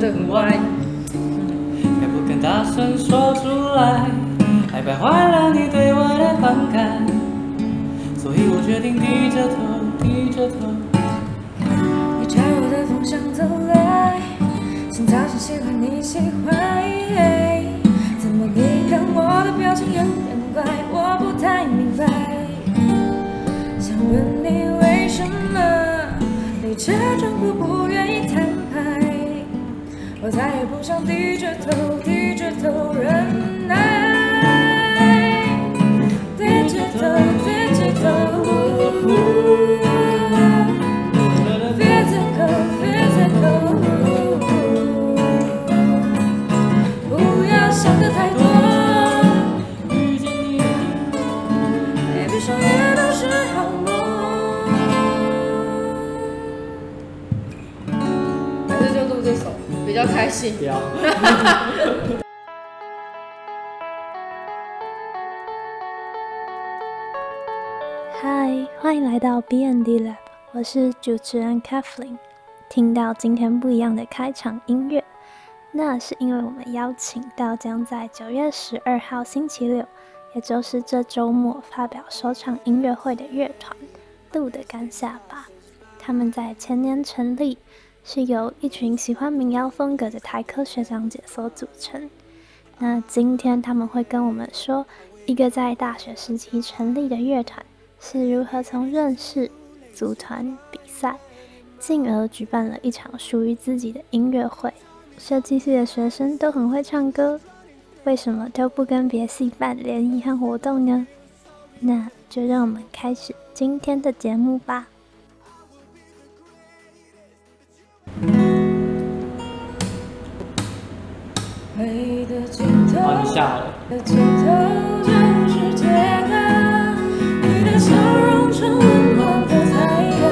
等外，该不敢大声说出来，害怕坏了你对我的反感，所以我决定低着头，低着头。你朝我的方向走来，想早先喜欢你喜欢，怎么你看我的表情有点怪，我不太明白。想问你为什么你却装作不愿意摊牌，我再也不想低着头低着头忍耐，低着头低着头。Physical, physical，不要想的太多。遇见你，每闭上眼都是好梦。还是就录这首，比较开心。不要。嗨，欢迎来到 B&D Lab，我是主持人 Kathleen。听到今天不一样的开场音乐，那是因为我们邀请到将在九月十二号星期六，也就是这周末发表首场音乐会的乐团“鹿的干下巴”。他们在前年成立，是由一群喜欢民谣风格的台科学长姐所组成。那今天他们会跟我们说，一个在大学时期成立的乐团是如何从认识、组团、比赛，进而举办了一场属于自己的音乐会。设计系的学生都很会唱歌，为什么都不跟别系办联谊和活动呢？那就让我们开始今天的节目吧。回的尽好，你头，下了。的尽头就是街道。你的笑容成温暖的太阳，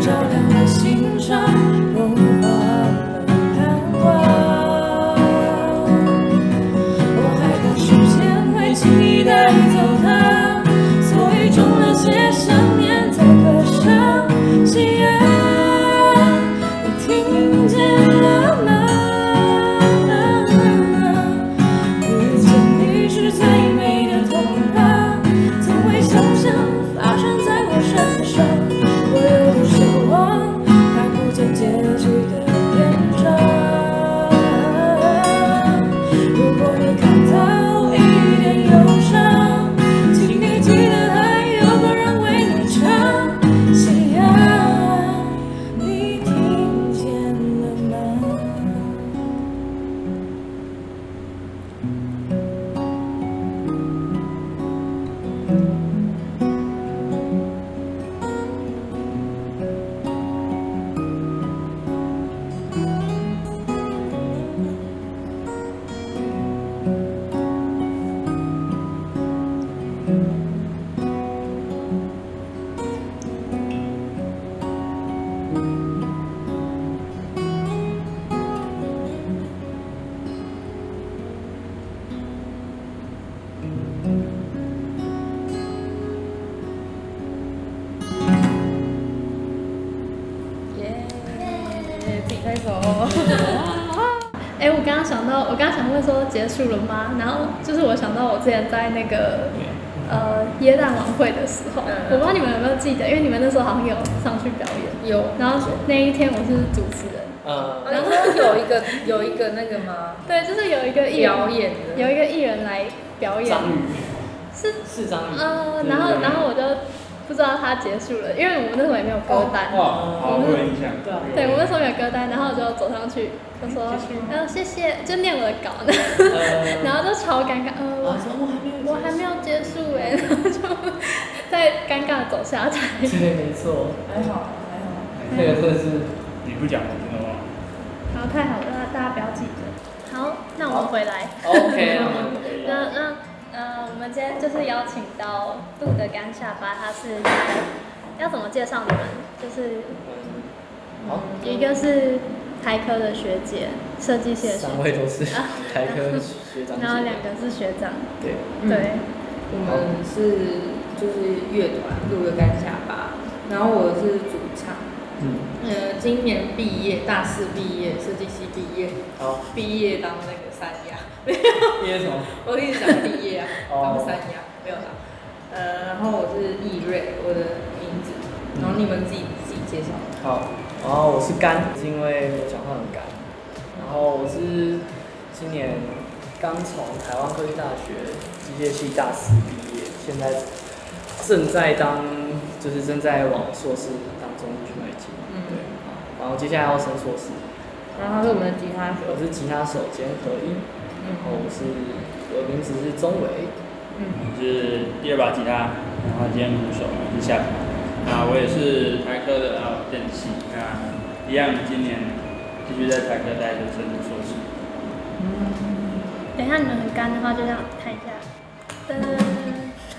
照亮了心上，融化了盼望。我还等时间会期待走它，所以种了些想念在歌声。夕阳，你听见了吗？遇见你是最美的童话，从未想象发生在我身上。我有多奢望看不见结局的篇章。如果你看到一点忧伤，请你记得还有个人为你唱。夕阳，你听见了吗？耶，自己拍手。哎、我刚刚想到，我刚刚想问说结束了吗？然后就是我想到我之前在那个呃耶诞晚会的时嗯候，我不知道你们有没有记得，因为你们那时候好像有上去表演。有，然后那一天我是主持人，呃，然后有一个有一个那个吗？对，就是有一个艺人表演的， 有一个艺人来表演，章鱼是是章鱼。呃，然后然后我就不知道他结束了，因为我们那时候也没有歌哦单。哇，好有印象。对啊对，我那时候没有歌单，然后我就走上去，就说，嗯、谢谢，就念我的稿，嗯呃，然后就超尴尬，呃，我我说我还没有，我还没有结束哎，然后就再尴尬地走下台。对，没错，还好还好。那个真的是你不讲我真的忘了。好，太好了，大家不要记得。好，那我们回来。 OK 了。那那呃，我们今天就是邀请到杜的干下巴，他是在要怎么介绍你们？就是嗯好，一个是台科的学姐，设计系的学三姐，位都是台科学长姐。然后两个是学长，对，对。我们是就是乐团录的干下巴，然后我是主唱，嗯，呃，今年毕业，大四毕业，设计系毕业，好，毕业当那个三亚，毕业什么？我一直想毕业 啊，哦当三亚没有啦。呃，然后我是易瑞，我的名字，然后你们自己自己介绍。好，然后我是干，是因为我讲话很干。然后我是今年刚从台湾科技大学机械系大四毕业，现在正在当就是正在往硕士当中去迈进。嗯对。然后接下来要升硕士，然后他是我们的吉他我手，是吉他手兼合音，然后嗯我是我的名字是钟伟。嗯，我是第二把吉他，然后今天鼓手我是夏平。啊，我也是台科的啊电器，那一样今年继续在台科待着，甚至硕士。等一下你们很干的话，就让我看一下。噔，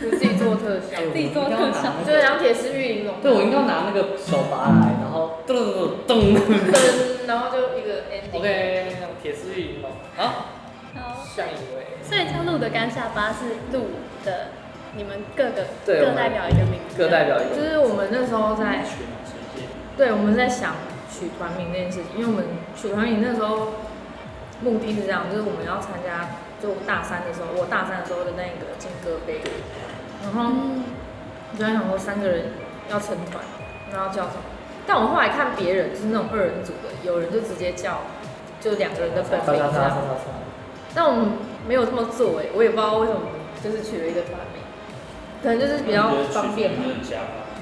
就自己做特效，自己做特效就是两铁丝玉玲珑，对，我应该要拿那个手拔来，然后噔噔噔噔。灯，然后就一个 ending。 OK，铁丝玉玲珑，好，好。下一位。所以叫鹿的干下巴是鹿的，你们各个对我各们代表一个名字，各代表一个就是我们那时候在去哪谁接？对，我们在想取团名这件事情，因为我们取团名那时候目的是这样，就是我们要参加，就我大三的时候，我大三的时候的那个金歌杯，然后我就在想说三个人要成团，然后叫什么？但我后来看别人就是那种二人组的，有人就直接叫就两个人的本叉叉名叉这叉样叉，叉，但我们没有这么做哎、我也不知道为什么，就是取了一个团名，可能就是比较方便吧。很瞎吧。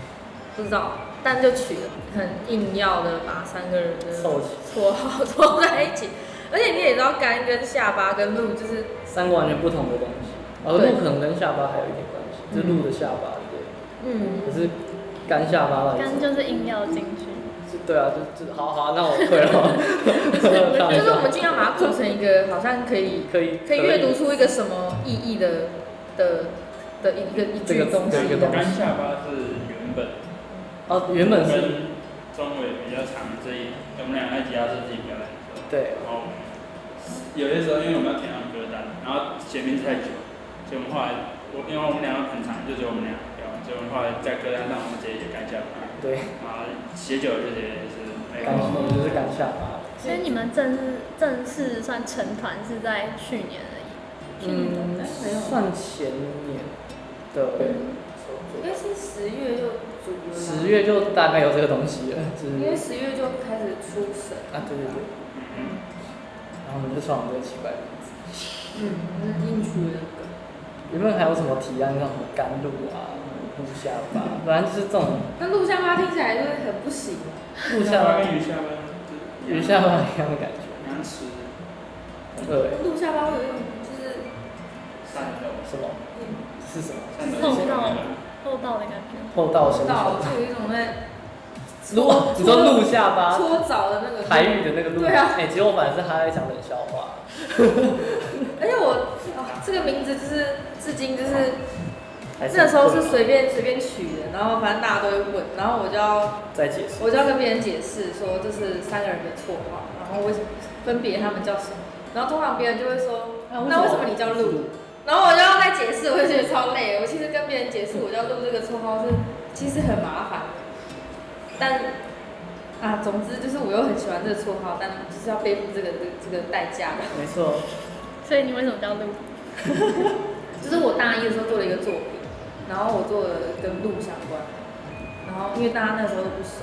不知道，但就取了很硬要的把三个人的凑齐绰号凑在一起， 而且你也知道干跟下巴跟鹿就是三个完全不同的东西。哦，对鹿可能跟下巴还有一点关系，就是鹿的下巴，对。嗯可是干下巴吧，干就是硬要进 去。是对啊，就就好好，那我会了。开玩笑就是我们尽量把它做成一个好像可以可以可以阅读出一个什么意义的的的一个一这句个东这西个的东。干下巴是原本哦，原本是跟中伟比较长这一，我们两个在吉他是自己表演的时候。对然后有些时候，因为我们要填上歌单，然后写名字太久，所以我们后来，我因为我们两个很长，就只有我们俩聊，所以我们后来在歌单上我们直接写干下巴，对，然后写久了就直接是没干我有。们就是干下巴。所以你们正式正式算成团是在去年而已，嗯，算前年的应该是十月就组了吧，十月就大概有这个东西了，就是因为十月就开始出神，啊，对对对。然后我们就创了这个奇怪的名字。嗯，就是硬出的那个。原本还有什么提案，像什么甘露啊、鹿下巴，反正就是这种那录下巴听起来就是很不行，鹿下巴、 跟鱼下巴就是一样，鱼下巴一样的感觉。难吃，对，录下巴有一种就是嗯善斗，什么？是什么？善斗厚是道那个厚道的感觉。厚道不生知道，存。就有一种在鹿，你说鹿下巴，搓澡的那个啊台语的那个鹿。对啊哎，结果反而是他在讲冷笑话。而且我、哦、这个名字就是至今就是还那时候是很随便随便取的，然后反正大家都会问，然后我就要混在解释？我就要跟别人解释说这是三个人的绰号，然后为什么分别他们叫什么，然后通常别人就会说，啊那为什么你叫鹿？然后我就要再解释，我就觉得超累。我其实跟别人解释我叫鹿这个绰号是其实很麻烦的，但啊，总之就是我又很喜欢这个绰号，但就是要背负这个这个这个代价吧。没错，所以你为什么叫鹿？就是我大一的时候做了一个作品，然后我做了跟鹿相关的，然后因为大家那时候都不熟，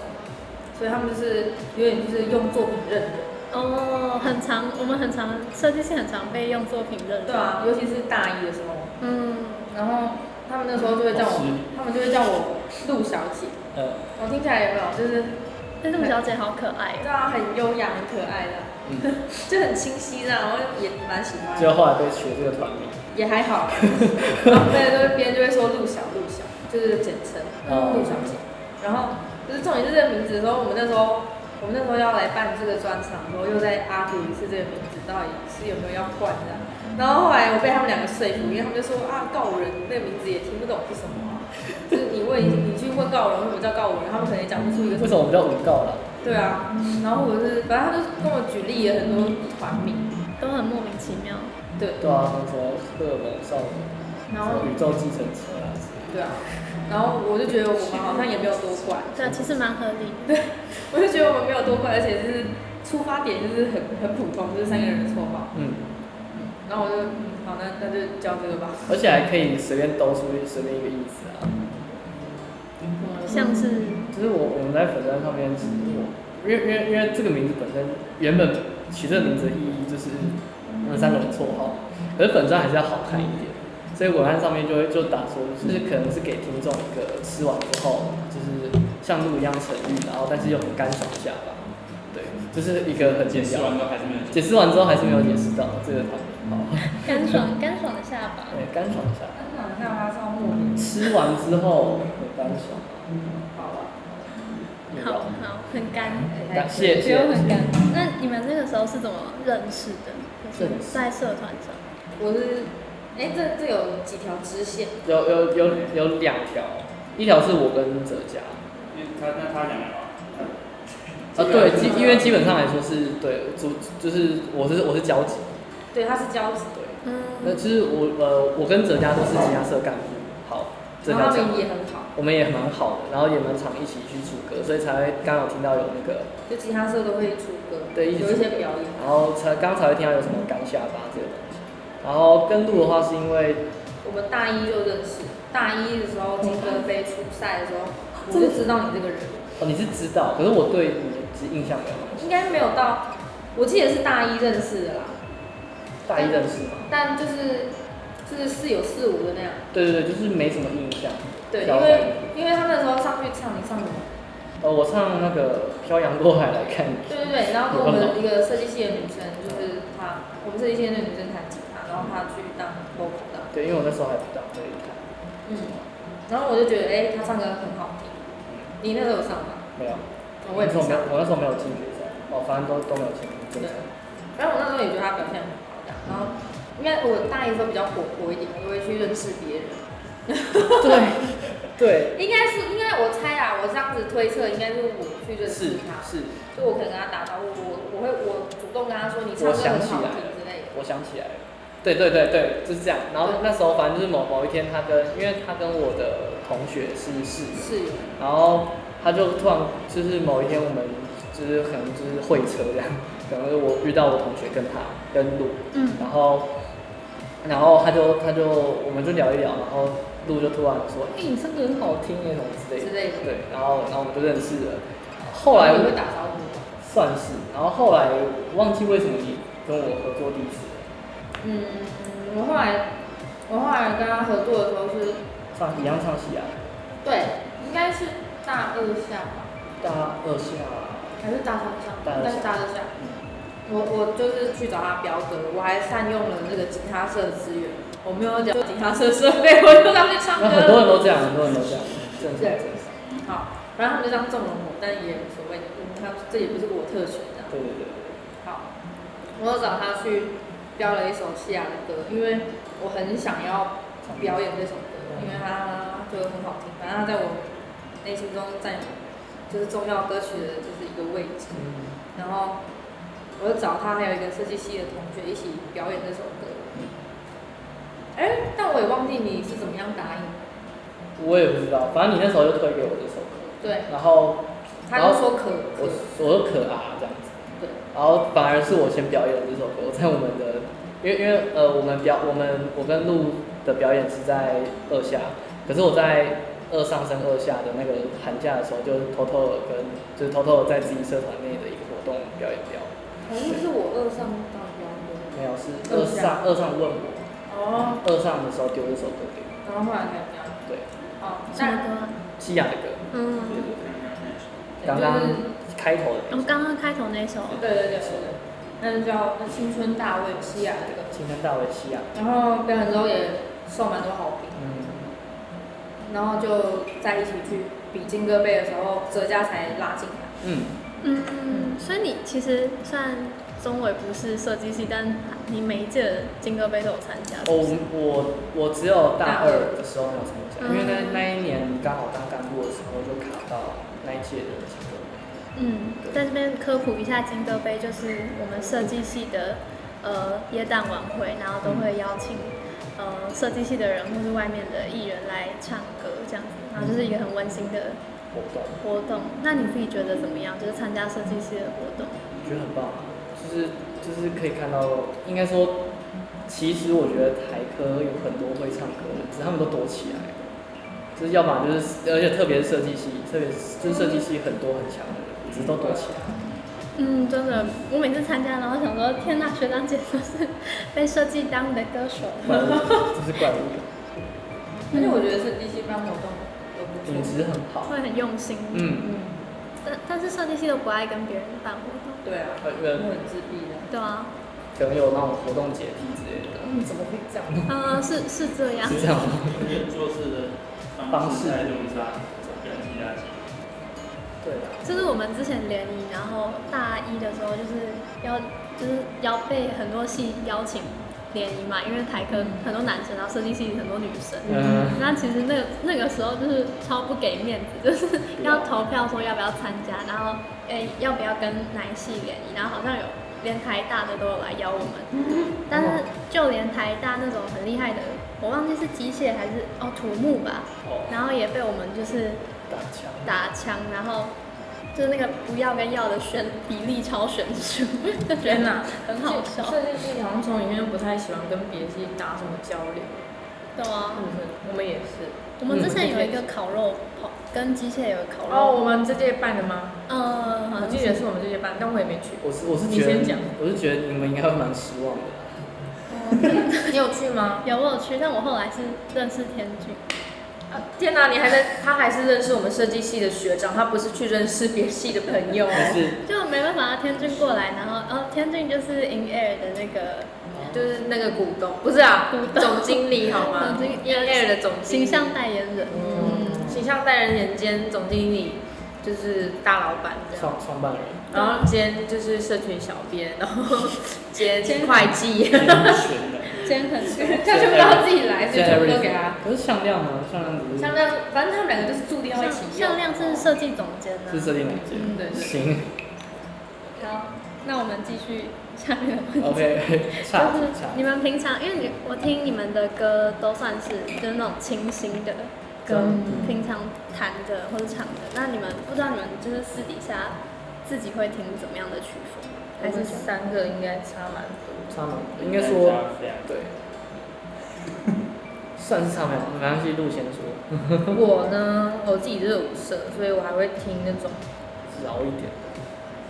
所以他们就是有点就是用作品认人，哦，很常，我们很常设计师很常被用作品认。对啊，尤其是大一的时候，嗯，然后他们那时候就会叫老师我，他们就会叫我鹿小姐，呃，我听起来有没有就是但是我小姐好可爱对哦。啊，很优雅、很可爱的， 嗯，就很清晰这样，然后也蛮喜欢结的，果后来被取了这个团名。也还好，然后对对，别人就会说鹿小鹿小，就是简称。陆哦，小姐。然后就是重点是这个名字的时候，我们那时候我们那时候要来办这个专场的时候，又在 argue 一次这个名字到底是有没有要换的。然后后来我被他们两个说服，因为他们就说啊告人那个名字也听不懂是什么、啊，就是你问你去问告人为什么叫告人，他们可能也讲不出一个为什么我们叫五告了？对啊。然后我是反正他就跟我举例了很多团名，都很莫名其妙。对，对啊，什么什么荷尔蒙少女，然什么后宇宙计程车啊之类的。对啊。然后我就觉得我们好像也没有多怪，对，啊其实蛮合理嗯的。我就觉得我们没有多怪，而且就是出发点就是很很普通，就是三个人的绰号。嗯，然后我就嗯好，那那就叫这个吧。而呃且还可以随便兜出随便一个意思啊。像是就是我我们在粉砖上面，其实我因为因为因为这个名字本身原本取这个名字的意义就是我们三个人绰号，可是粉砖还是要好看一点，所以文案上面就会就打说，就是可能是给听众一个吃完之后就是像鹿一样沉郁，然后但是又很干爽下巴，对，就是一个很解简释单。完之后还是没有解释完之后还是没有解释到这个好，哎嗯干爽干爽的下巴，对，干爽下巴，想一下花少莫名，吃完之后很干爽，好吧。哎味好道好很干，感谢只谢有很谢。干。那你们那个时候是怎么认识的？就是认识在社团上，我是，哎，这这有几条支线？有有有有两条，一条是我跟哲佳，因为他那他讲了嘛，啊对，基因为基本上来说是对主就是我是我是交集，对，它是交集，那嗯，其实我呃我跟哲佳都是吉他社干部，好，哲然佳后啊他讲们也很好，我们也蛮好的，然后也蛮常一起去出歌，所以才会刚刚有听到有那个，就吉他社都会出歌，对一起有一出些表演。然后才刚才会听到有什么干下巴这个东西，然后跟路的话是因为我们大一就认识，大一的时候金歌杯初赛的时候，我就知道你这个人，哦你是知道，可是我对你只印象没有很深，应该没有到，我记得是大一认识的啦，大一认识吗？但就是就是似有似无的那样。对对对，就是没什么印象。对，因然后为因为他那时候上去唱，你唱什么？呃我唱那个漂洋过海来看你，对对对，然后跟我们一个设计系的女生，就是她，我们设计系的那个女生弹吉他，然后她去当 vocal 的，对，因为我那时候还不到这一台，嗯，然后我就觉得，哎、她唱歌很好听。你那时候有上吗？没有，哦我也那时没候没有上，，我那时候没有进决赛，哦，反正都都没有进决赛。然后我那时候也觉得她表现很好的，然后因为我大一的时候比较活泼一点，我就会去认识别人。对对应该是，应该我猜啊，我这样子推测，应该是我去认识她，是，就我可能跟她打招呼，我我会我主动跟她说你唱我歌想很起好来听了之类的。我想起来了，对对对对，就是这样。然后那时候反正就是某某一天，他跟因为他跟我的同学是室友，是，然后他就突然就是某一天我们就是可能就是会车这样，可能是我遇到我同学跟他跟路，嗯，然后然后他就他就我们就聊一聊，然后路就突然说，哎、你唱歌很好听耶什么之类的之，类的对，然后然后我们就认识了，后来我我会打招呼。算是，然后后来我忘记为什么你跟我合作第一次，嗯，我后来我后来跟他合作的时候是，上一样唱戏啊，对，应该是大二下吧，大二下，还是大三下？大二下应该啊是大二下。我我就是去找他表哥，我还善用了那个吉他社的资源，我没有讲吉他社设备，我就让他去唱歌那很多人了。都这样，很多人都这样，正常对正常，好，然后他们就当纵容我，但也无所谓，嗯，他这也不是我特权的。对对对，好，我有找他去标了一首西亚的歌，因为我很想要表演这首歌，因为它就很好听，反正它在我内心中占有就是重要歌曲的就是一个位置。嗯，然后我就找他还有一个设计系的同学一起表演这首歌。哎，但我也忘记你是怎么样答应的。我也不知道，反正你那时候就推给我这首歌，对，然后他就说可我可，我就可啊这样子，对，然后反而是我先表演了这首歌，我在我们的，因为因为呃，我们表我们我跟陆的表演是在二下，可是我在二上升二下的那个寒假的时候，就偷偷的跟就是偷偷的在自己社团内的一个活动表演掉，好像是我二上到标的。没有是二二下上二上问我，哦，二上的时候丢这首歌给我，然后后来才标。对，哦，什那么歌啊？西雅的歌，对嗯，对对，对刚就是刚开头的那我首嗯刚刚开头那首，对对对对对，那就叫《青春大卫西亚》这个， 《青春大为西雅》，然后表演之后也受蛮多好评，嗯，然后就在一起去比金戈杯的时候，哲佳才拉进来。嗯，嗯，所以你其实虽然中伟不是设计系，但你每一届的金歌杯都有参加，是不是哦我我我只有大二的时候没有参加，因为那那一年刚好当干部的时候就卡到那一届的几个。嗯，在这边科普一下，金歌杯就是我们设计系的呃耶诞晚会，然后都会邀请呃设计系的人或是外面的艺人来唱歌这样子，然后就是一个很温馨的活动，活动。那你自己觉得怎么样？就是参加设计系的活动，我觉得很棒啊，就是就是可以看到，应该说，其实我觉得台科有很多会唱歌的，只是他们都躲起来了，就是要么就是，而且特别是设计系，特别是就是设计系很多很强的人，只是都躲起来。嗯，真的，我每次参加，然后想说，天呐，学长姐都是被设计耽误的歌手。怪物，这是怪物，而且我觉得设计系办活动都不品错。质很好。会很用心，嗯，但但是设计系都不爱跟别人办活动，对啊，呃我呃，很自闭的。对啊，可能有那种活动解题之类的，嗯，怎么会这样？呃，是是这样，是这样吗？因为做事的方式态度上跟其他系对啊的，就是我们之前联谊，然后大一的时候就是要就是要被很多系邀请联谊嘛，因为台科很多男生，然后设计系很多女生。嗯，那其实那那个时候就是超不给面子，就是要投票说要不要参加，然后诶、要不要跟哪一系联谊，然后好像有连台大的都有来邀我嗯们，但是就连台大那种很厉害的，我忘记是机械还是哦土木吧，哦，然后也被我们就是打枪，打枪，然后就是那个不要跟要的选比例超悬殊， 就觉天得哪很好笑，设计系好像从以前就不太喜欢跟别的系打什么交流，对啊是，不是？我们也是。我们之前有一个烤肉跑，跟机械有一个烤哦，我肉，们这届办的吗？嗯，好我像记是得是我们这届办，但我也 没去。我是我是你觉先讲得，我是觉得你们应该会蛮失望的，你有去吗？ 有我有去，但我后来是认识天君，啊天哪，你还在？他还是认识我们设计系的学长，他不是去认识别系的朋友。哦但 是就没办法，天君过来，然后哦，天君就是 In Air 的那个就是那个股东，嗯不是啊，股东总经理好吗？总经理 In Air 的总经形理象代言人，哦嗯，形象代言人兼总经理，就是大老板这样。创创 办人，然后兼就是社群小编，然后兼会计，安全 的。真的很熟，他全部都要自己来，所以全部都给他。可是向量呢？向量只啊像是那样，反正他们两个就是注定要一起用。向亮是设计总监啊是呢。设定哪一件？嗯对对。 行好，那我们继续下面的问题。 ，OK，差就是差，你们平常，因为你我听你们的歌都算是就是那种清新的歌，嗯平常弹的或者唱的。那你们不知道你们就是私底下自己会听怎么样的曲风，还还是是什么三个应该差蛮多。差蛮多，应该说这样对， 算是差蛮多，没关系，路先说，我呢，我自己热舞社，所以我还会听那种，饶一点，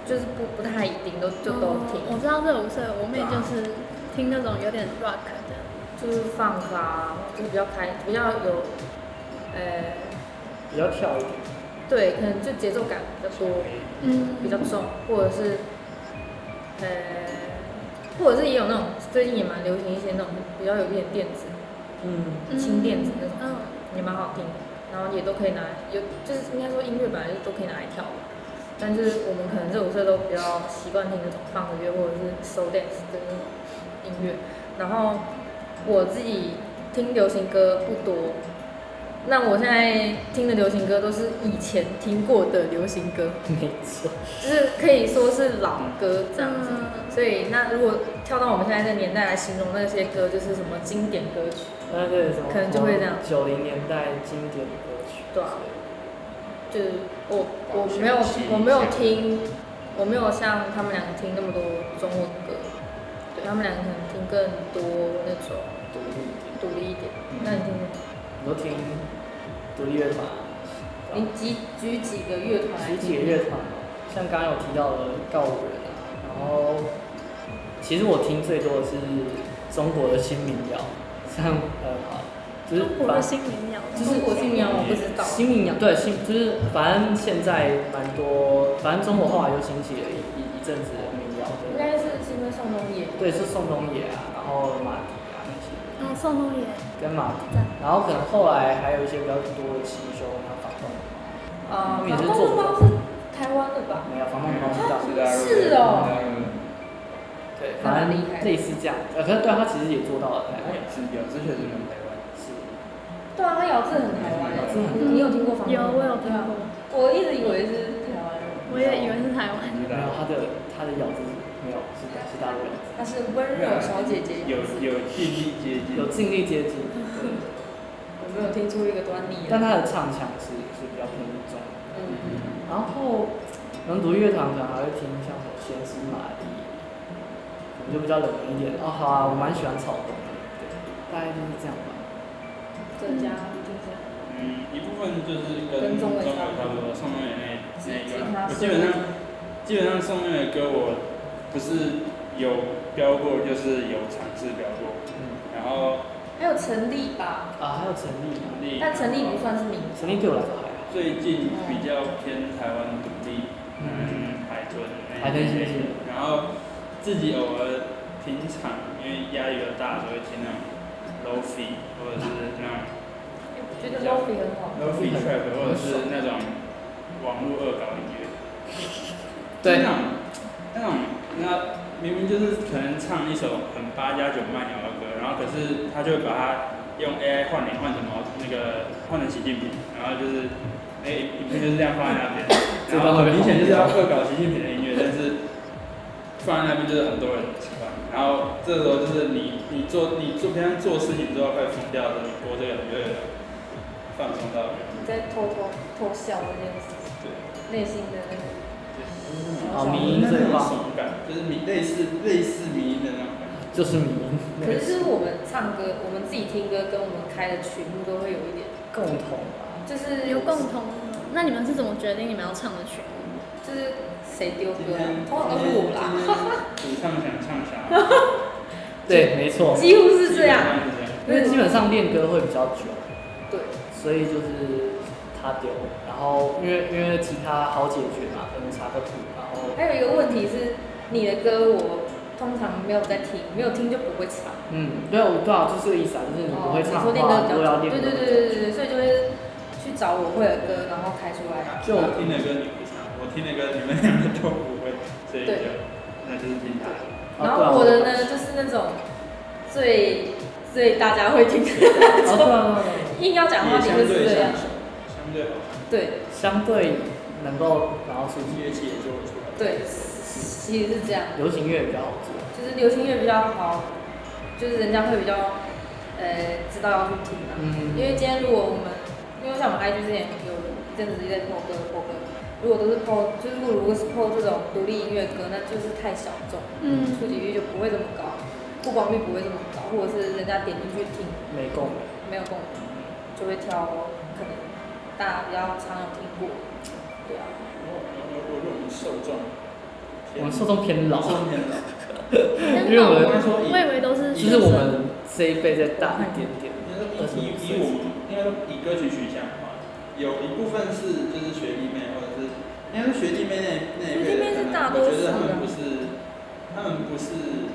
就是不不太一定都就都听，我知道这五岁，我妹就是听那种有点 rock 的，就是放啊，就是比较开，比较有，呃，比较跳一点，对，可能就节奏感比较多，嗯，比较重，或者是，呃，或者是也有那种最近也蛮流行一些那种比较有点电子、嗯， 嗯轻电子那种，嗯，也蛮好听的，然后也都可以拿来，有就是应该说音乐本来就都可以拿来跳舞，但是我们可能这舞社都比较习惯听那种放个乐或者是 soul dance 的那种音乐。然后我自己听流行歌不多，那我现在听的流行歌都是以前听过的流行歌，没错，就是可以说是老歌这样子。嗯所以那如果跳到我们现在这个年代来形容那些歌，就是什么经典歌曲。那对什么可能就会这样九零年代经典歌曲，对啊就是我我没有我没有听，我没有像他们两个听那么多中文歌，对他们两个可能听更多那种独立一点，独立一点。那你听什么？我都听独立乐团，你举举几个乐团来十几听？个乐团嘛，像刚刚有提到的告五人啊，然后其实我听最多的是中国的新民谣，像呃，就是中国把的新民谣，就是中国新民谣我不知道，新民谣对新就是反正现在蛮多，反正中国后来又兴起了一一一阵子的民谣的，应该是是因为宋冬野。对，是宋冬野啊，然后马迪啊那些，嗯，宋冬野，跟马迪，然后可能后来还有一些比较多的新秀，然后房东啊，嗯房东的包是台湾的吧？没有房东没有知道。是啊是哦，对，反正类似这样，呃，可是对他其实也做到了，台湾也是有，这确实跟台湾是对啊，他咬字很台湾咬的字。很你有听过房东？啊有我有听过，我一直以为是台湾人。我也以为是台湾，知然后他道。的他它的咬字没有是感是大陆咬字，她是温柔小姐姐，有有尽力接近，有尽力接近，对我没有听出一个端倪但它来。的唱腔是是比较偏中。嗯，然后能读乐堂可能还会听像什么《先知玛丽》，可能就比较冷门一点。哦，好啊，我蛮喜欢草东的，对，大概就是这样吧。这家就是嗯，一部分就是跟跟中文中文差不多，宋冬野那那一吉段，他我基本上基本上宋冬野的歌我不是有标过，就是有尝试标过，嗯，然后还有陈立吧，啊，还有陈立啊，力，但陈立不算是名字，陈立对我来说还好，最近比较偏台湾独立，嗯，海豚那一类，海豚星星然后自己偶尔平常因为压力比较大，就会听那种 lofi 或者是那种我觉得 Lofi 很好。 lofi trap，或者是那种网络恶搞音乐，对啊那种那种那明明就是可能唱一首很八加九慢摇的歌，然后可是他就会把它用 AI 换脸换成毛那个换成习近平，然后就是那影片就是这样放在那 边，这然段后会被明显就是要红掉恶搞习近平的音乐，但是放在那边就是很多人喜欢，然后这时候就是你你做你做平常做事情做到快疯掉的时候，你播这个你就会放松到你在偷偷偷笑这件事情，对。内心的那个哦，迷音最那种棒，爽感，就是迷类似类似迷音的那种感觉。就是迷音，可是就是我们唱歌，我们自己听歌跟我们开的曲目都会有一点，共同吧。就是有共同。那你们是怎么决定你们要唱的曲目？就是谁丢今歌啊天，通常都是我啦，今天主唱想唱啥？对，没错，几乎是这样。是这样。因为基本上练歌会比较久，对，所以就是他丢，然后因为因为吉他好解决嘛，可能查个谱，然后还有一个问题是，你的歌我通常没有在听，没有听就不会唱。嗯，对，我对啊，就是这个意思啊，就是你不会唱的哦你说练歌话，比如果要较久，练歌比较对对久对对对对，所以就会去找我会的歌，然后开出来。就我听的歌你不唱，我听的歌你们两个都不会，所以就那就是听他的。啊然后我的呢，就是那种最最大家会听 的那种，哦，对啊，硬要讲的也话你相就是对这样上。手，相对好看，对相对能够拿到出乐器也做得出来。对，其实是这样，流行乐比较好做，就是流行乐比较好，就是人家会比较呃知道要去听啊。因嗯，为今天如果我们，因为像我们 IG 之前有一阵子一直在 PO 歌 PO 歌，如果都是 PO，就是如果是 PO 这种独立音乐歌，那就是太小众，嗯触及率就不会这么高，曝光率不会这么高，或者是人家点进去听没共鸣，没有共鸣，就会挑可能大家比较常有听过，对啊，我我我我们受众，我们受众偏老，受众偏老，因为我们说以我以为都是其实我们这一辈再大一点点，应该说以以以我们应该说以歌曲取向的话，有一部分是就是学弟妹或者是应该说学弟妹那那一辈学弟妹的，是大我多数觉得他们啊不是他们不是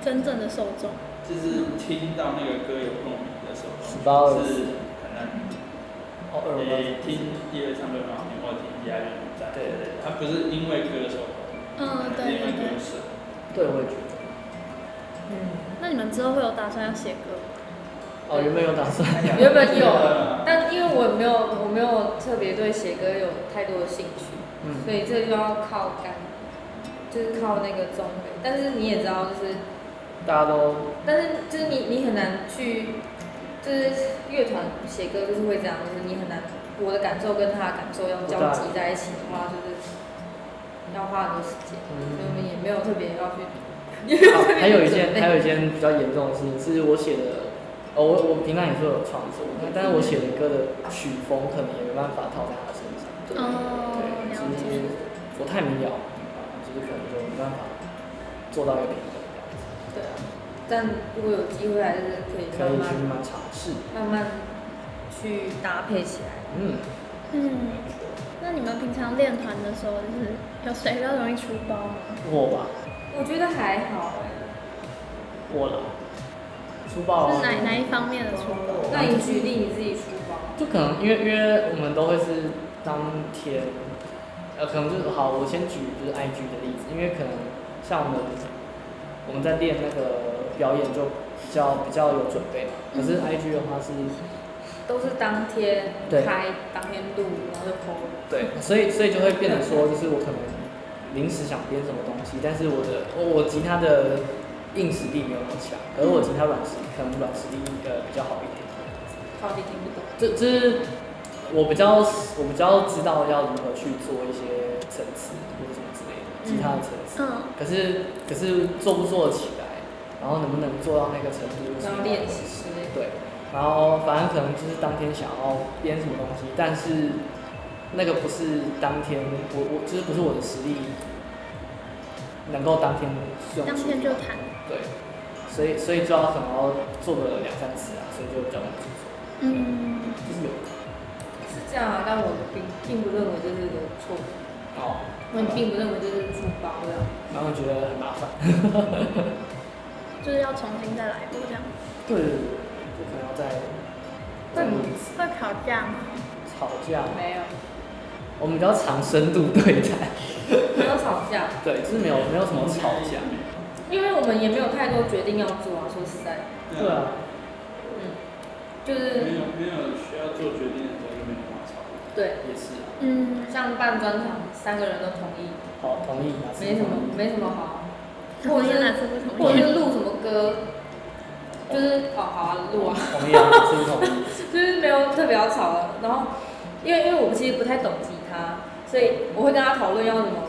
真正的受众。就是听到那个歌有共鸣的时候，十八二十是很难哦，二五诶听第二唱歌很好听，或者听其他乐曲在，对对对他不是因为歌手，嗯，是对因为对歌对。手，对，我也觉得，嗯，那你们之后会有打算要写歌吗？哦，原本有打算，原本有，有但因为我没有我没有特别对写歌有太多的兴趣，嗯，所以这就要靠感，就是靠那个中文。但是你也知道，就是，大家都但是就是你你很难去，就是乐团写歌就是会这样，就是你很难，我的感受跟他的感受要交集在一起的话，就是要花很多时间，所以我嗯们也没有特别要去。也没有特别去嗯还有一件 准备还有一件比较严重的事情是我写的，哦，我我平常也是有创作，嗯但是我写的歌的曲风可能也没办法套在他身上。对哦，对，了就解是。我太民谣，就是可能就没办法做到一个平衡这样子，对啊，但如果有机会，还是可以可慢以去慢慢慢尝试。慢慢去搭配起来。嗯，嗯，那你们平常练团的时候，就是有谁比较容易出包吗？我吧，我觉得还好哎、我啦，粗暴啊，是哪哪一方面的出包？那你举例你自己出吧。就可能因为因为我们都会是当天，呃，可能就是好，我先举就是 IG 的例子，因为可能像我们我们在练那个表演就比较比较有准备嘛，可是 IG 的话是。都是当天对拍，当天录，然后就 PO。对，所以所以就会变得说，就是我可能临时想编什么东西，但是我的我我吉他的硬实力没有那么强，可是我吉他软实可能软实力呃比较好一点。超级听不懂。这这是我比较我比较知道要如何去做一些层次或者什么之类的吉他的层次，嗯，可是可是做不做得起来，然后能不能做到那个程度，就是然后另外一练回习事之类的。对，然后反正可能就是当天想要编什么东西，但是那个不是当天我我就是不是我的实力能够当天用出当来天就弹，对，所以所以就要可能要做个两三次啊，所以就比较难制作，嗯，就是有是这样啊，但我并并不认为这是个错，哦，我也并不认为这是粗暴这样。然后觉得很麻 烦，就是要重新再来过这样。对，就可能要再再会录一次会吵架吗？吵架，没有，我们比较常深度对谈，没有吵架，对，就是没有没有什么吵架，因为我们也没有太多决定要做啊。说实在，对啊，嗯就是没有没有需要做决定的时候就没有办法吵。对，也是啊，嗯，像办专场，三个人都同意，好同意啊，没什么没什么好，同意还是不或同者意？是录什么歌，就是哦好啊录 啊，同意啊，是不同 意？就是没有特别要吵了。然后因为因为我其实不太懂吉他，所以我会跟他讨论要怎么，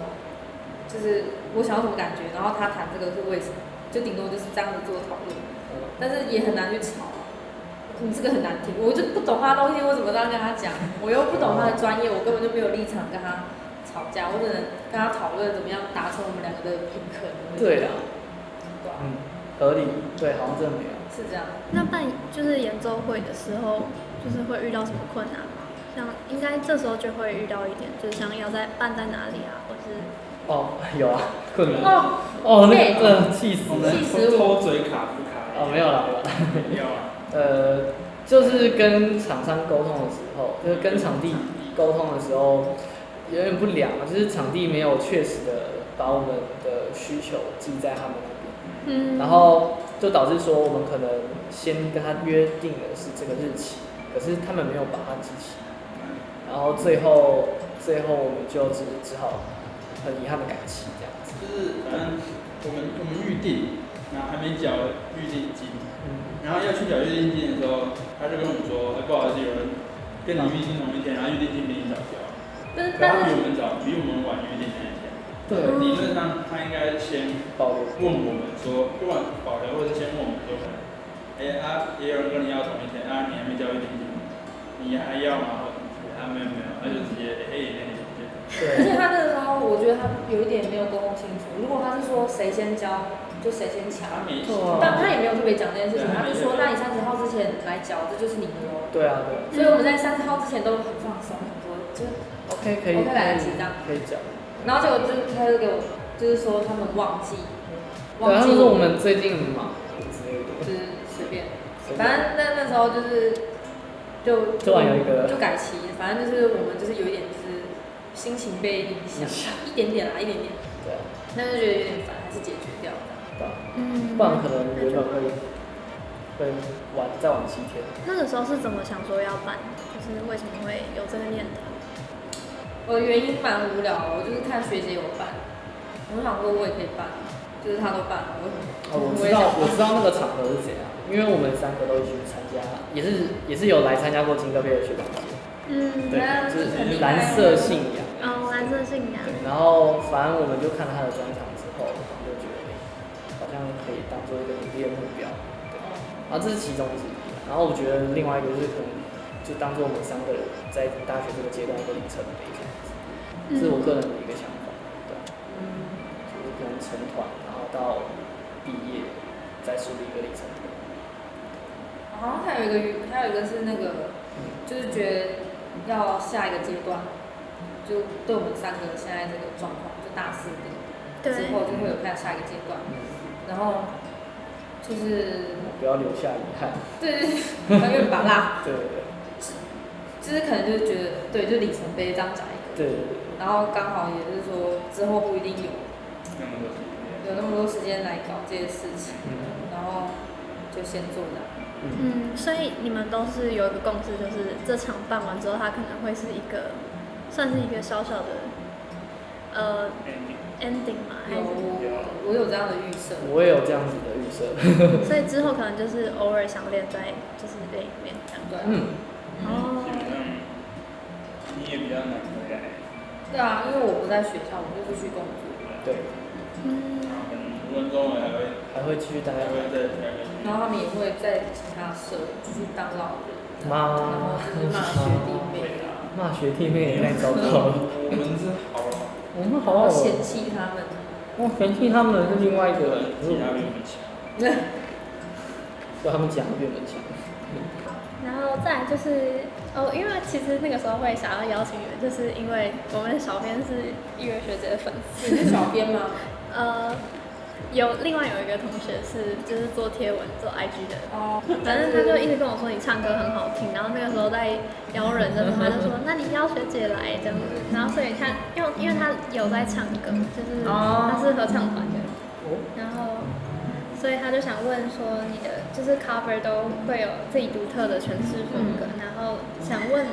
就是我想要什么感觉，然后他弹这个是为什么，就顶多就是这样子做讨论。但是也很难去吵啊。你这个很难听，我就不懂他的东西，我怎么这样跟他讲？我又不懂他的专业，我根本就没有立场跟他吵架，我只能跟他讨论怎么样达成我们两个的平衡。对啊啊，，对啊，嗯，合理，对，好像真的没有。是这样。那办就是演奏会的时候，就是会遇到什么困难吗？像应该这时候就会遇到一点，就是像要在办在哪里啊，或是哦，有啊，困难。哦，哦，那对个真的气死我了。气们死我偷嘴卡不卡？哦，没有啦，没有啦。没有啊。呃，就是跟厂商沟通的时候，就是跟场地沟通的时候，有点不良啊，就是场地没有确实的把我们的需求记在他们那边，嗯，然后就导致说我们可能先跟他约定的是这个日期，可是他们没有把它记起来。然后最后最后我们就只只好呃很遗憾的改期这样子。就是反正我们我们预定，然后还没缴预定金，嗯，然后要去缴预定金的时候，他就跟我们说，哎、不好意思，有人跟你预定同一天，然后预定金比你早交，但是然后但比是我们早，比我们晚预定那一天。对，理论上他应该先保留问我们说，不管保留或者先问我们说，哎、啊，也有人跟你要同一天，啊，你还没交预定金，你还要吗？啊，没有没有，那就直接哎、那你就而且对，他那个时候，我觉得他有一点没有沟通清楚。如果他是说谁先交，就谁先他抢，没错但他也没有特别讲这件事情，他就说那你三十号之前来交，这就是你的喽。对啊，对啊所以我们在三十号之前都很放松，很多就是。 ，OK 可以，嗯 OK，来紧张可以讲。然后结果就是他就给我，就是说他们忘记，对，忘他记们说我们最近忙之类就的，是随便，随便反正那那时候就是就突然有一个就改期，反正就是我们就是有一点就是心情被影响影响，一点点啦，一点点，对啊，但是觉得有点烦，还是解决掉了。对啊嗯，不然可能原本会会晚再晚七天。那个时候是怎么想说要办？就是为什么会有这个念头？我的原因蛮无聊的，我就是看学姐有办，我想说我也可以办，就是她都办了，我哦，我也知想道，我知道那个场合是怎样，因为我们三个都一起去参加，也是也是有来参加过金歌杯的学长姐，嗯，对那，就很是厉害蓝色信仰。哦，蓝色信仰，对，然后反正我们就看了他的专场之后，我们就觉得，哎，好像可以当做一个努力的目标。对，然后这是其中之一啦。然后我觉得另外一个就是可能就当做我们三个人在大学这个阶段一个里程碑这样子，嗯这是我个人的一个想法。对，嗯，就是可能成团，然后到毕业再树立一个里程碑。好像还有一个原，还有一个是那个，就是觉得要下一个阶段，就对我们三个现在这个状况，就大四的对，之后就会有看下一个阶段，嗯，然后就是不要留下遗憾。对对 对，很远吧啦，对对对就是可能就是觉得对，就里程碑这样讲一个，对对对然后刚好也就是说之后不一定有那么多时间。有那么多时间来搞这些事情，嗯然后就先做这样。嗯，嗯，所以你们都是有一个共识，就是这场办完之后，它可能会是一个，算是一个小小的，呃，哎你 ending 吗？还是有，我有这样的预设。我也有这样子的预设。所以之后可能就是偶尔想练在就是练一练这样。哦对啊，嗯，基本上你也比较难回来，对啊，因为我不在学校，我就是去工作，对，嗯，然后可能温州我还会还会继续待还会再待个然后他们也会在其他社就是当老人，然骂后就是骂学弟妹啊，骂学弟妹也太糟糕了。我们是好了，我们好然后好嫌弃他们。我嫌弃他们的是另外一个人，可是其他比我我们强。所以他们讲比我们强。然后再来就是哦，因为其实那个时候会想要邀请你们，就是因为我们的小编是玉儿学姐的粉丝，你是小编吗？呃，有另外有一个同学是就是做贴文做 IG 的，哦，反正他就一直跟我说你唱歌很好听，然后那个时候在邀人的时候，他就说那你邀学姐来这样子，然后所以他因为因为他有在唱歌，就是哦他是合唱团的，哦然后所以他就想问说你的就是 cover 都会有自己独特的诠释风格，嗯然后想问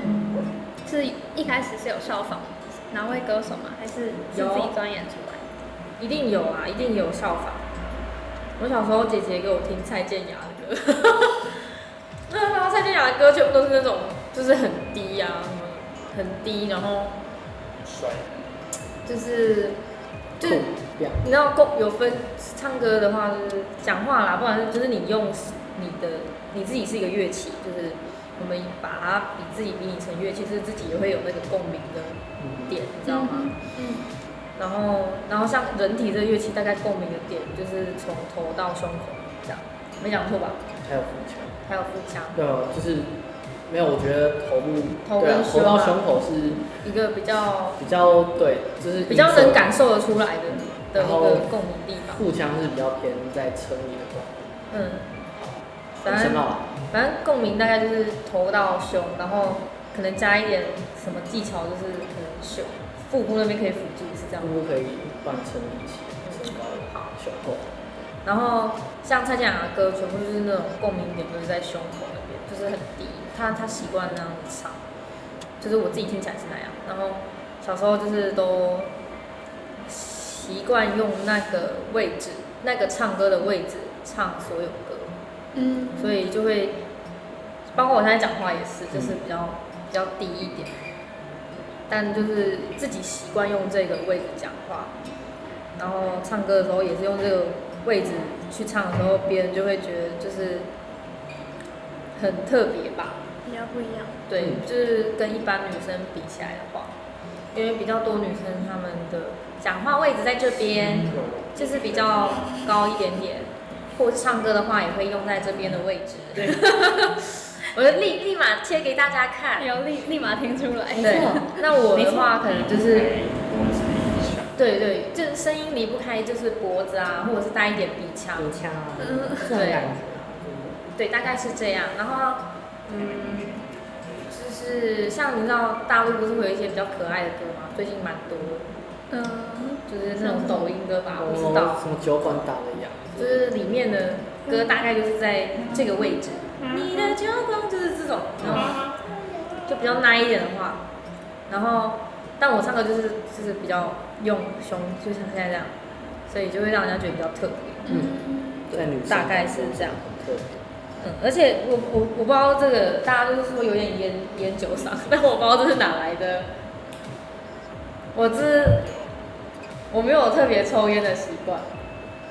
是一开始是有效仿哪位歌手吗？还是是自己有钻研出来的？一定有啊，一定有效仿。我小时候姐姐给我听蔡健雅的歌， 那然后蔡健雅的歌全部都是那种就是很低啊，什么很低，然后帅，就是就酷是这样你知道共有分唱歌的话，就是讲话啦，不然就是你用你的你自己是一个乐器，就是我们把它比自己比拟成乐器，就是自己也会有那个共鸣的嗯，点，你知道吗？嗯，然后，然后像人体这乐器，大概共鸣的点就是从头到胸口这样，没讲错吧？还有腹腔，还有腹腔，对啊，就是没有，我觉得头部头对啊跟头胸到啊胸口是一个比较比较对，就是比较一侧能感受得出来的的一然后个共鸣地方。腹腔是比较偏在撑你的话，嗯，很反深正奥啊。反正共鸣大概就是头到胸，然后可能加一点啊什么技巧，就是可能胸腹部那边可以辅助，是这样几。乎可以换成一起身高雄厚，然后像蔡健雅的歌，全部就是那种共鸣点，就是在胸口那边，就是很低。他他习惯那样子唱，就是我自己听起来是那样。然后小时候就是都习惯用那个位置，那个唱歌的位置唱所有歌，嗯，所以就会，包括我现在讲话也是，就是比较、比较低一点。但就是自己习惯用这个位置讲话，然后唱歌的时候也是用这个位置去唱的时候，别人就会觉得就是很特别吧。比较不一样。对嗯，就是跟一般女生比起来的话，因为比较多女生她们的讲话位置在这边，就是比较高一点点，或是唱歌的话也会用在这边的位置。对， 我就立立马切给大家看。有立立马听出来，对，那我的话可能就是。我是一强，对对，就是声音离不开就是脖子啊，或者是带一点鼻腔，腔啊，这种感对，大概是这样。然后，嗯，就是像你知道大陆不是会有一些比较可爱的歌吗？最近蛮多的，嗯，就是那种抖音歌吧，我不知道哦，，什么酒馆打的样，就是里面的歌大概就是在这个位置。你的酒光就是这种，然后就比较耐一点的话，然后但我唱歌就是就是比较用胸，就像现在这样，所以就会让人家觉得比较特别。嗯在女生嗯大概是这样很特别，嗯，而且我我我不知道这个，大家都是说有点烟烟酒嗓， 但我不知道这是哪来的。我这我没有特别抽烟的习惯，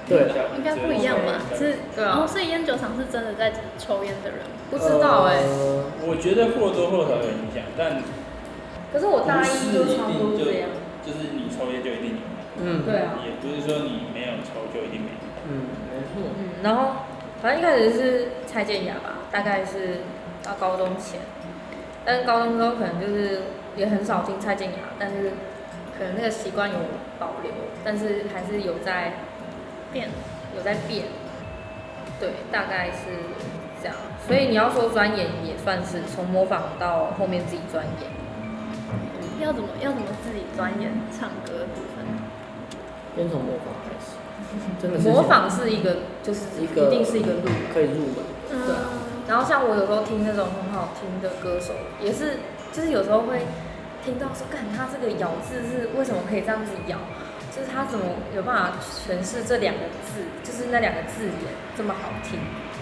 对，应该不一样吧？是，对然后啊，哦所以烟酒厂是真的在抽烟的人，不知道哎、呃我觉得或多或少有影响，但可是我大不一是就一差不定多就这样，就是你抽烟就一定有，嗯，对啊，也不是说你没有抽就一定没有。嗯，没嗯，然后反正一开始是蔡健雅吧，大概是到高中前，但是高中之后可能就是也很少听蔡健雅，但是可能那个习惯有保留，但是还是有在变有在变，对，大概是这样。所以你要说钻研，也算是从模仿到后面自己钻研。要怎么要怎么自己钻研唱歌的部分？错，先从模仿开始，真的是模仿是一个，就是一个一定是一个路。可以入门，嗯，啊然后像我有时候听那种很好听的歌手，也是，就是有时候会听到说，干他这个咬字是为什么可以这样子咬？就是他怎么有办法诠释这两个字，就是那两个字眼这么好听，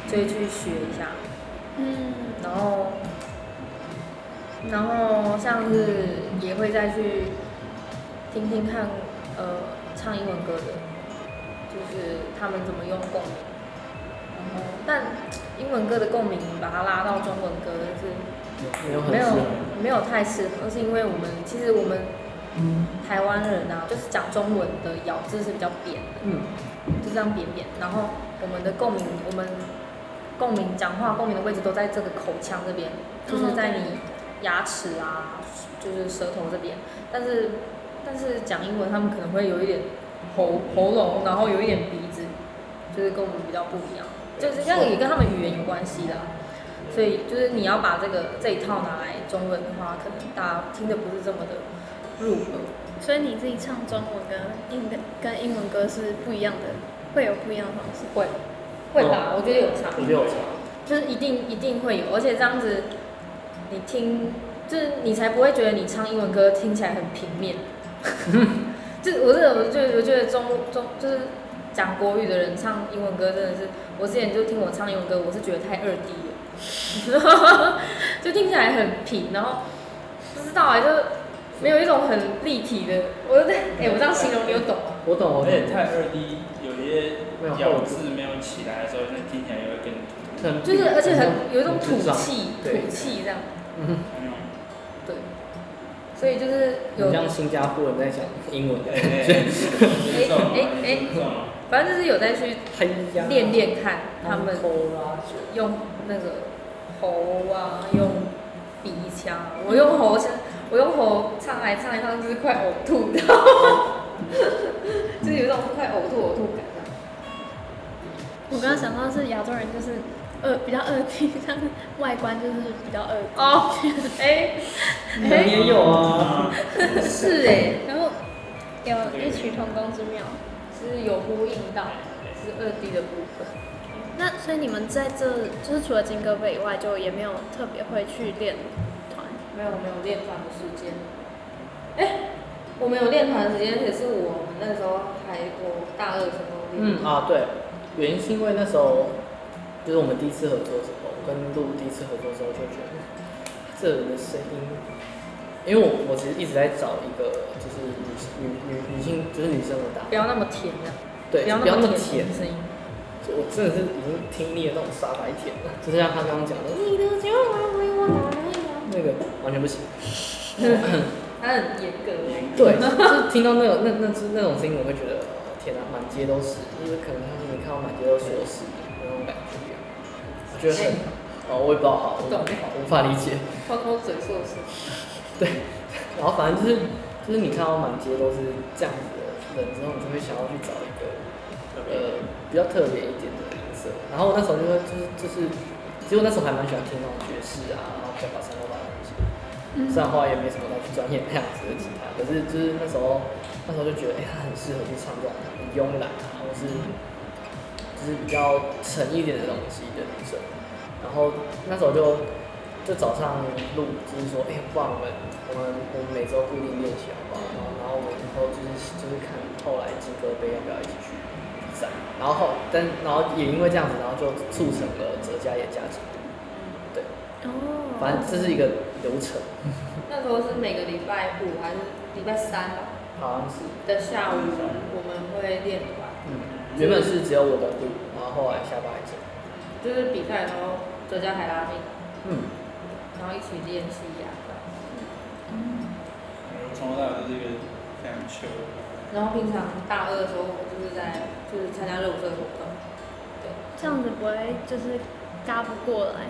就会去学一下。嗯，然后，然后像是也会再去听听看，呃，唱英文歌的，就是他们怎么用共鸣。然后，但英文歌的共鸣把它拉到中文歌是没有很没有适合。没有太适合，是因为我们其实我们嗯台湾人啊，就是讲中文的咬字是比较扁的。嗯，就这样扁扁，然后我们的共鸣，我们共鸣讲话共鸣的位置都在这个口腔这边，就是在你牙齿啊，就是舌头这边。但是但是讲英文他们可能会有一点喉喉咙，然后有一点鼻子，就是跟我们比较不一样，就是这样也跟他们语言有关系啦。所以就是你要把这个这一套拿来中文的话，可能大家听的不是这么的入耳。所以你自己唱中文跟英跟英文歌是不一样的，会有不一样的方式。会，会吧？我觉得有差，我觉得有差就是一定一定会有，而且这样子，你听，就是你才不会觉得你唱英文歌听起来很平面。就我这我就我觉得中中就是讲国语的人唱英文歌真的是，我之前就听我唱英文歌，我是觉得太二 D 了， 就听起来很平，然后不知道啊，就没有一种很立体的。我就在哎、我这样形容你有懂吗？我懂，我而懂。且太二 D 有些没有咬后字没有起来的时候，那听起来也会更很就是而且很有一种土很智障气对土气这样。嗯，那种。对，所以就是有很，像新加坡人在讲英 文的，哎哎哎哎哎！反正就是有在去哎呀，练练看他们抠啦，用那个喉啊，用鼻腔啊，我用喉腔，我用喉唱来唱来唱去就是快呕吐的，就是有一种快呕吐呕吐感这样。我刚刚想到是亚洲人就是二比较二 D，像外观就是比较二 D。哦，哎、你们也有啊。啊，是哎、 然后有异曲同工之妙。是有呼应到，是二 D 的部分。那所以你们在这就是除了金戈贝以外，就也没有特别会去练团。没有没有练团的时间。哎、我们有练团的时间，而且是我们那时候还我大二的时候练。嗯啊，对，原因是因为那时候就是我们第一次合作的时候，我跟露第一次合作的时候就觉得这人的声音，因为我我其实一直在找一个就是女女女女性就是女生的打不要那么甜的，对，不要不要那那么么甜，的声音。就我真的是已经听腻了那种傻白甜了，就是像他刚刚讲的你的酒啊，为我拿那个完全不行。 他很严格哎。对，就是听到那种那那只那种声音，我会觉得哦天哪、满街都是，就是可能他们看到满街都是有屎那种感觉，我觉得很哦，我也不知道好，我懂我无法理解。偷偷嘴说是。对，然后反正就是就是你看到满街都是这样子的人之后，你就会想要去找一个呃比较特别一点的颜色。然后我那时候就会就是就是，其实我那时候还蛮喜欢听那种爵士啊，然后比较把三头发的东西。虽然后来也没什么再去专业那样子的吉他，可是就是那时候那时候就觉得，哎、他很适合去唱这种很慵懒啊，或是就是比较沉一点的东西的女生。然后那时候就就早上录，就是说，哎、不然我们我们我们每周固定练习好不好？然后然后我们以后就是就是看后来金歌杯要不要一起去比赛。然后后但然后也因为这样子，然后就促成了哲家也加成。对，哦反正这是一个流程，那时候是每个礼拜五还是礼拜三吧好像是。的下午，我们会练团，嗯，原本是只有我跟录，然后后来下巴还是，就是比赛的时候，哲家还拉进来，嗯，然后一起练习呀。我从头到尾都是一个非常秋。然后平常大二的时候，我就是在就是参加热舞社的活动。这样子不会就是搭不过来，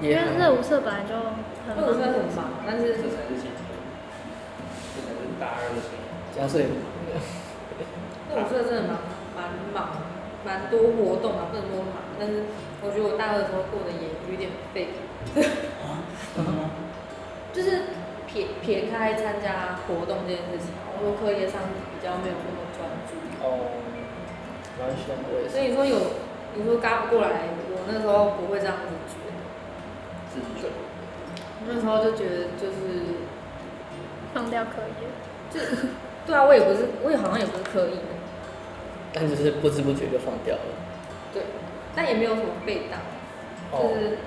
因也为很热舞社本来就很那我真的很忙。忙，但是这才是青春，这才是大二的时候。加岁那我说的真的蛮蛮忙，蛮多活动啊，不能说忙，但是我觉得我大二的时候过得也有点废，就是撇撇开参加活动这件事情，啊我说课业上比较没有那么专注，哦，蛮喜欢我也所是，以你说有你说嘎不过来，我那时候不会这样子觉得，自己做。那时候就觉得就是放掉可以，就对啊，我也不是，我也好像也不是刻意的，但只是不知不觉就放掉了。哦对，但也没有什么被挡，就是、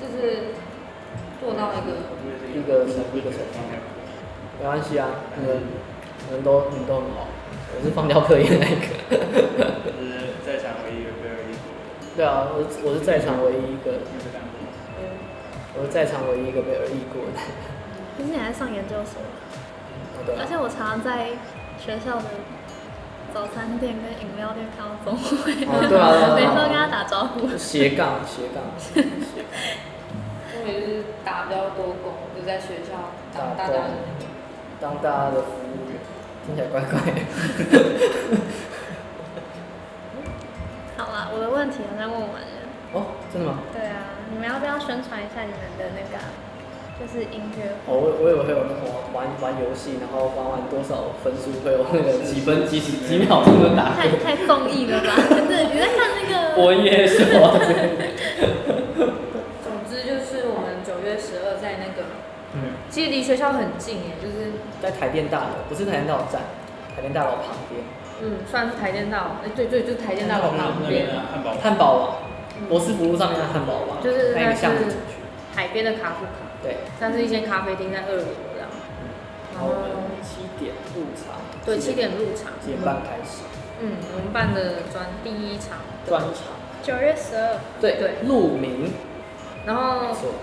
就是做到一个一个手一个手放掉，没关系啊，你们你们都你们都很好，我是放掉课业那一个。 就是在场唯一有被而已，对啊，我是我是在场唯一一个，就是干部，我是在场唯一一个被恶意过的。可是你还上研究所，哦对而啊且我常常在学校的早餐店跟饮料店看到钟慧，哦对啊 对啊每次都跟他打招呼。斜杠斜杠，我也是打比较多工，就在学校打打打打工，当大家的服务员，听起来怪怪的。好啦，我的问题好像问完了。 哦，真的吗？对啊，你们要不要宣传一下你们的那个啊，就是音乐哦，我我以为会有那种玩玩游戏，然后玩完多少分数会有那个几分几几几秒钟的打太分，太综艺了吧？对，你在看那 个我也是 我之类的。总之就是我们九月十二在那个，嗯，其实离学校很近耶，就是在台电大楼，不是台电大楼站，台电大楼旁边，嗯，算是台电道，哎、对对，就是台电大楼旁那边边的汉堡，汉堡王，博斯福路上面的汉堡王，嗯就是那一个那巷子是进去。海边的卡夫卡，对，算是一间咖啡厅在二楼这样。然然后后我们七点入场，对，七点入场，七点半开始嗯，我们办的专第一场的专场，九月十二，对对路名然后没错，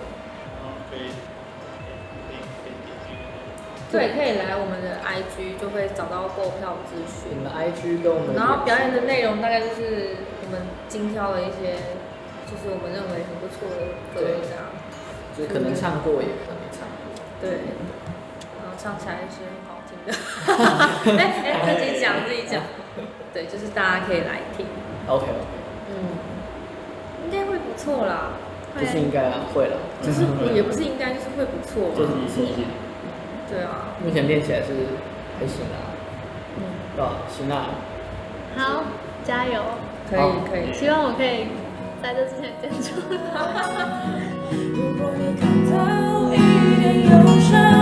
然后可以可以可以点进去，对可以来我们的 IG 就会找到购票资讯你，们 IG 跟我们，然后表演的内容大概就是我们精挑了一些，就是我们认为很不错的歌这样，就是可能唱过，也可能没唱过。对，然后唱起来是很好听的，哎哎，自己讲自己讲，对，就是大家可以来听， OK，嗯，应该会不错啦，不是应该啊，会了，就是也不是应该，就是会不 错就嘛，是一起一起，对啊，目前练起来是还行啊，嗯，对吧？行啊，好，加油！可好以可以。希望我可以在这之前见出。如果你看到一点忧伤，啊